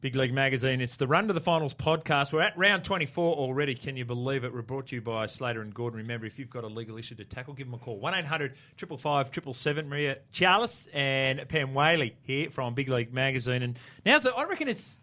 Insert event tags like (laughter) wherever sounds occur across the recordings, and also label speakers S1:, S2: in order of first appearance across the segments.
S1: Big League Magazine. It's the Run to the Finals podcast. We're at round 24 already. Can you believe it? We're brought to you by Slater and Gordon. Remember, if you've got a legal issue to tackle, give them a call. 1 800 555 777. Maria Chalice and Pam Whaley here from Big League Magazine. And now, so I reckon it's.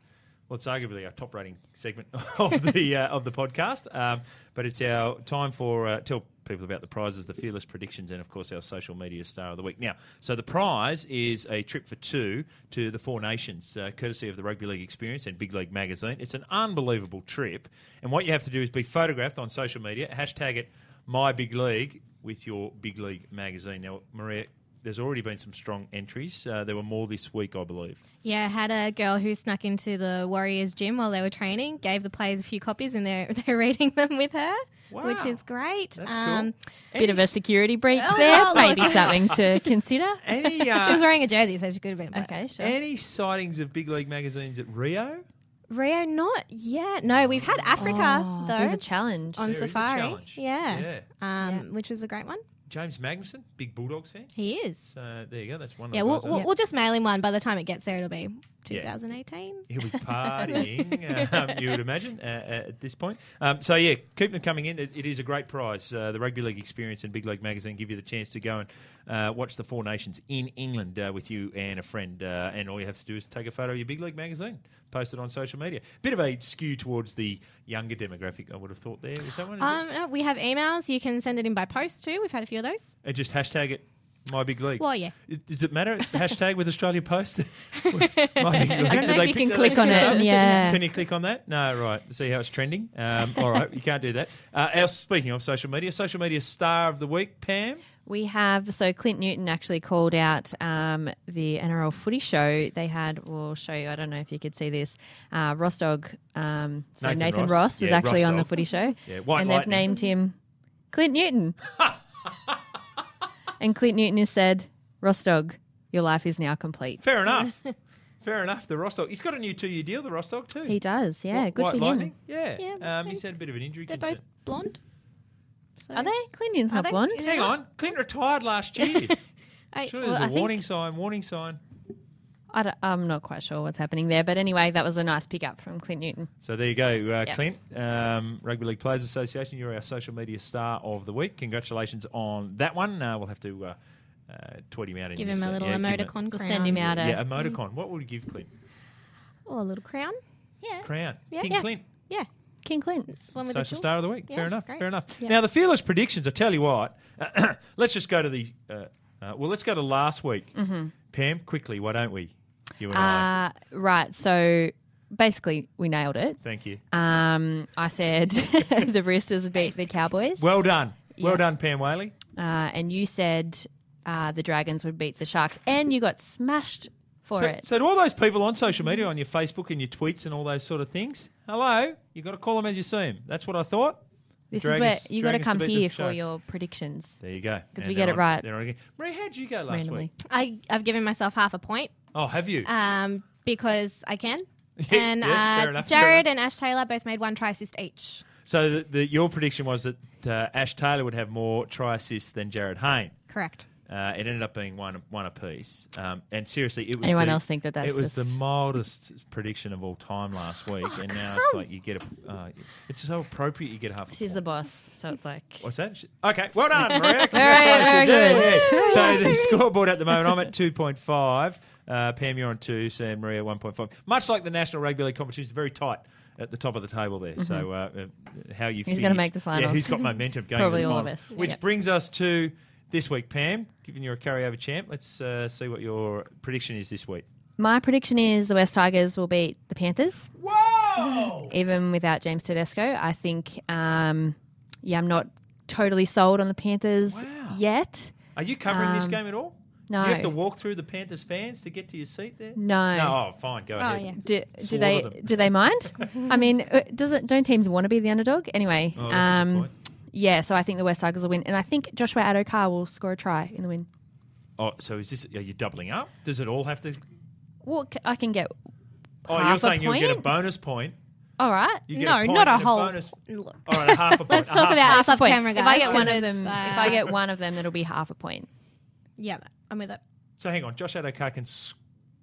S1: Well, it's arguably our top rating segment (laughs) of the uh, of the podcast, um, but it's our time for uh, tell people about the prizes, the fearless predictions, and of course our social media star of the week. Now, so the prize is a trip for two to the Four Nations, uh, courtesy of the Rugby League Experience and Big League Magazine. It's an unbelievable trip, and what you have to do is be photographed on social media, hashtag it My Big League with your Big League magazine. Now, Maria. There's already been some strong entries. Uh, there were more this week, I believe.
S2: Yeah, I had a girl who snuck into the Warriors gym while they were training, gave the players a few copies, and they're, (laughs) they're reading them with her, which
S1: Wow.
S2: is great. Um,
S1: That's cool.
S3: Um, Bit of a security breach
S2: Oh,
S3: there,
S2: look.
S3: maybe something
S2: (laughs)
S3: to consider.
S1: Any uh,
S2: she was wearing a jersey, so she could have been. a player.
S3: (laughs) Okay, sure.
S1: Any sightings of big league magazines at Rio?
S2: Rio, not yet. No, we've had Africa
S3: Oh,
S2: though
S3: there's a challenge.
S2: on
S1: There is a
S2: safari.
S1: challenge.
S2: yeah.
S1: Yeah.
S2: Um, which was a great one.
S1: James Magnuson, big Bulldogs fan.
S2: He is.
S1: So there you go. That's one.
S2: Yeah,
S1: of the
S2: we'll,
S1: guys that-
S2: we'll, we'll just mail him one. By the time it gets there, it'll be
S1: Yeah.
S2: 2018.
S1: He'll be
S2: (laughs)
S1: partying, um, you would imagine, uh, uh, at this point. Um, so, yeah, keep them coming in. It, it is a great prize. Uh, the Rugby League Experience and Big League Magazine give you the chance to go and uh, watch the Four Nations in England uh, with you and a friend. Uh, and all you have to do is take a photo of your Big League Magazine, post it on social media. Bit of a skew towards the younger demographic, I would have thought there. Is that one? Is
S2: Um, no, we have emails. You can send it in by post too. We've had a few of those.
S1: it? And just hashtag it, My Big League.
S2: Well, yeah.
S1: It- Does it matter? (laughs) Hashtag with Australia Post. (laughs) My big league.
S3: I
S1: Do
S3: don't know
S1: they
S3: if you
S1: pick
S3: can
S1: that
S3: click
S1: up?
S3: on
S1: No?
S3: it.
S1: (laughs)
S3: Yeah.
S1: Can you click on that? No, right. See how it's trending. Um, all right, you can't do that. Uh, our, speaking of social media, social media star of the week, Pam.
S3: We have, so Clint Newton actually called out um, the NRL footy show. They had, we'll show you, I don't know if you could see this, uh, Ross Dog, um, so
S1: Nathan
S3: Nathan,
S1: Ross.
S3: Ross, was
S1: Yeah,
S3: actually
S1: Ross
S3: on the
S1: Dog.
S3: footy show.
S1: Yeah, White
S3: and they've
S1: Lightning.
S3: named him Clint Newton.
S1: (laughs)
S3: and Clint Newton has said, Ross Dog, your life is now complete. (laughs)
S1: Fair enough. Fair enough. The Rostock. He's got a new two-year deal. The Rostock too.
S3: He does, yeah.
S1: Wh-
S3: good
S1: White
S3: for him.
S1: Lightning. Yeah.
S2: Yeah,
S1: um, he's had a bit of an injury
S2: They're
S1: concern.
S2: both blonde. So-
S3: Are they? Clint Newton's
S2: Are
S3: not
S2: they?
S3: blonde.
S2: Yeah.
S1: Hang on. Clint retired last
S3: (laughs)
S1: year.
S2: I-
S1: Sure,
S3: Well,
S1: there's
S3: I
S1: a
S3: think-
S1: warning sign. Warning sign.
S3: I am not quite sure what's happening there, but anyway, that was a nice pickup from Clint Newton.
S1: So there you go, uh,
S3: Yep.
S1: Clint, um, Rugby League Players Association. You're our social media star of the week. Congratulations on that one. Uh, we'll have to uh, uh, tweet him out. in
S2: Give
S1: this,
S2: him a
S1: uh,
S2: little
S1: yeah, give him a-
S2: emoticon Mm.
S3: We'll
S2: crown.
S3: send him out a
S1: Yeah, emoticon. What would you give Clint?
S2: Or Oh, a little crown. Yeah.
S1: Crown.
S2: Yeah.
S1: King
S2: Yeah.
S1: Clint.
S2: Yeah.
S3: King Clint.
S2: It's the one with the
S1: Social
S2: jewels.
S1: star of the week.
S2: Yeah,
S1: fair
S2: it's
S1: enough.
S2: great.
S1: Fair enough.
S3: Yeah.
S1: Now the fearless predictions. I tell you what. (clears throat) let's just go to the. Uh, uh, well, let's go to last week.
S2: Mm-hmm.
S1: Pam, quickly. Why don't we? You and I.
S3: Uh, right, so basically, we nailed it.
S1: Thank you.
S3: Um, I said (laughs) the Roosters beat the Cowboys, uh,
S1: Well done. Well
S3: yeah.
S1: done, Pam Whaley.
S3: and you said uh, the Dragons would beat the Sharks, and you got smashed for
S1: so,
S3: it.
S1: so to all those people on social media, on your Facebook and your tweets and all those sort of things, hello, you got to call them as you see them. That's what I thought.
S3: this
S1: Dragons-
S3: is where you got to
S1: Dragons
S3: come
S1: beat the
S3: here for
S1: Sharks.
S3: your predictions.
S1: There you go.
S3: 'Cause
S1: And
S3: we get
S1: they're
S3: it
S1: on-
S3: right.
S1: They're on again. Maria, how'd you go last
S3: Randomly, Uh,
S1: week?
S2: I, I've given myself half a point
S1: Oh, have you?
S2: um, because I can. And
S1: (laughs) Yes,
S2: uh,
S1: fair enough, fair
S2: Jared
S1: enough.
S2: and Ash Taylor both made one try assist each.
S1: so the, the, your prediction was that uh, Ash Taylor would have more try assists than Jared Hayne.
S2: Correct.
S1: Uh, it ended up being one one apiece. Um, and seriously, it was
S3: Anyone
S1: the-
S3: else think that that's
S1: it was
S3: just- Oh,
S1: the mildest prediction of all time last week, and now it's like you get a uh, it's so appropriate you get half. A
S3: she's the
S1: point.
S3: boss, so it's like
S1: What's that? She- Okay, well
S3: (laughs)
S1: done, Maria.
S3: very
S1: Congratulations.
S3: good.
S1: Yeah. So the scoreboard at the moment, I'm at 2.5. Uh, Pam, you're on 2. Sam, Maria, 1.5. Much like the National Rugby League competition, it's very tight at the top of the table there. So uh, uh, how you finish-
S3: Who's Mm-hmm. gonna make the
S1: Yeah,
S3: finals?
S1: who's got
S3: (laughs)
S1: momentum going
S3: Probably
S1: to the
S3: all of
S1: finals.
S3: us.
S1: Which
S3: Yep.
S1: brings us to this week, Pam. Given you're a carryover champ, let's uh, see what your prediction is this week.
S3: my prediction is the West Tigers will beat the Panthers.
S1: Whoa!
S3: even without James Tedesco. I think, um, yeah, I'm not totally sold on the Panthers
S1: Wow.
S3: yet.
S1: Are you covering this
S3: Um,
S1: game at all?
S3: No.
S1: Do you have to walk through the Panthers fans to get to your seat there?
S3: No.
S1: No, oh, fine, go
S2: Oh,
S1: ahead.
S2: yeah.
S3: Do, do
S1: Slaughter
S3: they
S1: them.
S3: do they mind? I mean, uh, doesn't don't teams want to be the underdog anyway? um,
S1: Oh, that's a good point.
S3: yeah, so I think the West Tigers will win, and I think Joshua Adokar will score a try in the win.
S1: Oh, so is this? Are you doubling up? Does it all have to?
S3: Well, c- I can get.
S1: Oh,
S3: Half
S1: you're
S3: a
S1: saying you'll get a
S3: point?
S1: bonus point.
S3: All right.
S1: You get
S2: No,
S1: a point
S2: not a
S1: and
S2: whole.
S1: bonus. Oh.
S2: Look.
S1: All right, a
S3: (laughs)
S1: half a point.
S2: Let's
S1: a
S2: talk
S1: half
S2: about this off
S3: Point.
S2: camera, guys.
S3: if I get one of
S2: because
S3: them,
S2: it's,
S3: if I
S2: uh,
S3: get one of them, it'll be half a point.
S2: Yeah, I'm with it.
S1: So hang on, Josh Adokar can s-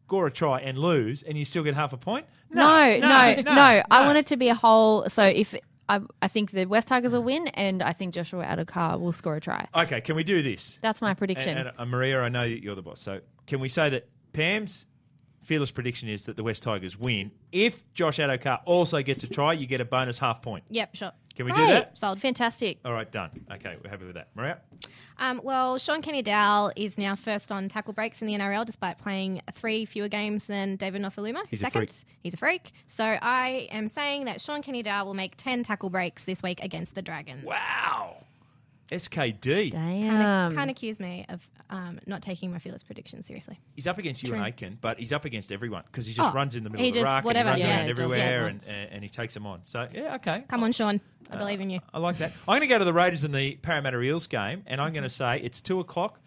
S1: score a try and lose, and you still get half a point?
S3: No, no, no. I want it to be a whole. So if I, I think the West Tigers will win, and I think Joshua Adokar will score a try.
S1: Okay, can we do this?
S3: That's my prediction.
S1: And, and, uh, Maria, I know that you're the boss, so can we say that Pam's fearless prediction is that the West Tigers win? If Josh Adokar also gets a try, you get a bonus half point.
S2: Yep, sure.
S1: Can we
S3: Great.
S1: do that?
S2: Sold.
S3: Fantastic.
S1: All right, done. Okay, we're happy with that. Maria?
S2: Um, well, Sean Kenny Dowell is now first on tackle breaks in the NRL despite playing three fewer games than David Nofaluma, who's
S1: He's a
S2: second.
S1: freak.
S2: He's a freak. So I am saying that Sean Kenny Dowell will make 10 tackle breaks this week against the Dragons.
S1: Wow. SKD.
S3: Damn.
S2: Can't, can't accuse me of um, not taking my fearless prediction seriously.
S1: He's up against you and
S2: True.
S1: Aiken, but he's up against everyone because he just
S2: Oh,
S1: runs in the middle
S2: he
S1: of the
S2: just-
S1: ruck
S2: whatever,
S1: and he runs
S2: yeah,
S1: around
S2: does what he
S1: everywhere and,
S3: wants.
S1: and, and he takes them on. So, yeah, okay.
S2: Come on, Sean. I believe in you.
S1: I like that. I'm going to go to the Raiders and the Parramatta Eels game, and I'm going to say
S2: Mm-hmm.
S1: it's 2 o'clock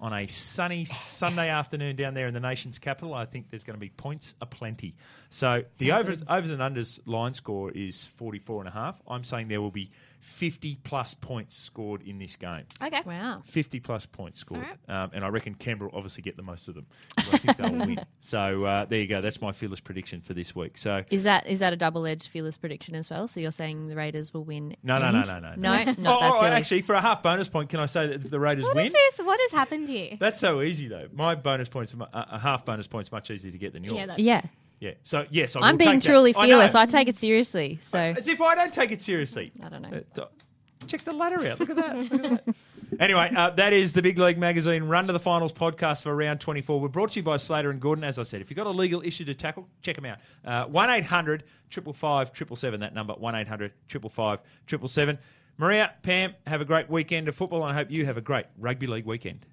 S1: on a sunny
S2: (laughs)
S1: Sunday afternoon down there in the nation's capital. I think there's going to be points aplenty. So the overs, overs and unders line score is 44 and a half. I'm saying there will be 50 plus points scored in this game.
S2: Okay.
S3: Wow.
S1: 50 plus points scored.
S2: All
S1: Um, and I reckon Canberra will obviously get the most of them. So I think they'll
S3: (laughs)
S1: win. So uh, there you go. That's my fearless prediction for this week. So
S3: Is that is that a double edged fearless prediction as well? So you're saying the Raiders will win?
S1: no, no, no,
S3: and-
S1: no, no,
S3: no.
S1: Oh,
S3: Not that
S1: oh,
S3: silly.
S1: actually, for a half bonus point, can I say that if the Raiders
S2: What
S1: win?
S2: is this? What has happened to you?
S1: That's so easy though. My bonus points, are mu- uh, a half bonus points, much easier to get than yours.
S2: Yeah, that's-
S3: yeah,
S1: Yeah. So yes, I
S3: I'm
S1: will
S3: being
S1: take that.
S3: truly fearless.
S1: I
S3: I,
S1: know.
S3: take it seriously. So I,
S1: As if I don't take it seriously.
S3: don't know.
S1: Uh, do- Check the ladder out. Look at that. Look at that. anyway, uh, that is the Big League Magazine Run to the Finals podcast for round 24. We're brought to you by Slater and Gordon. As I said, if you've got a legal issue to tackle, check them out. Uh, 1 800 555 777. That number, 1 800 555 777. Maria, Pam, have a great weekend of football, and I hope you have a great rugby league weekend.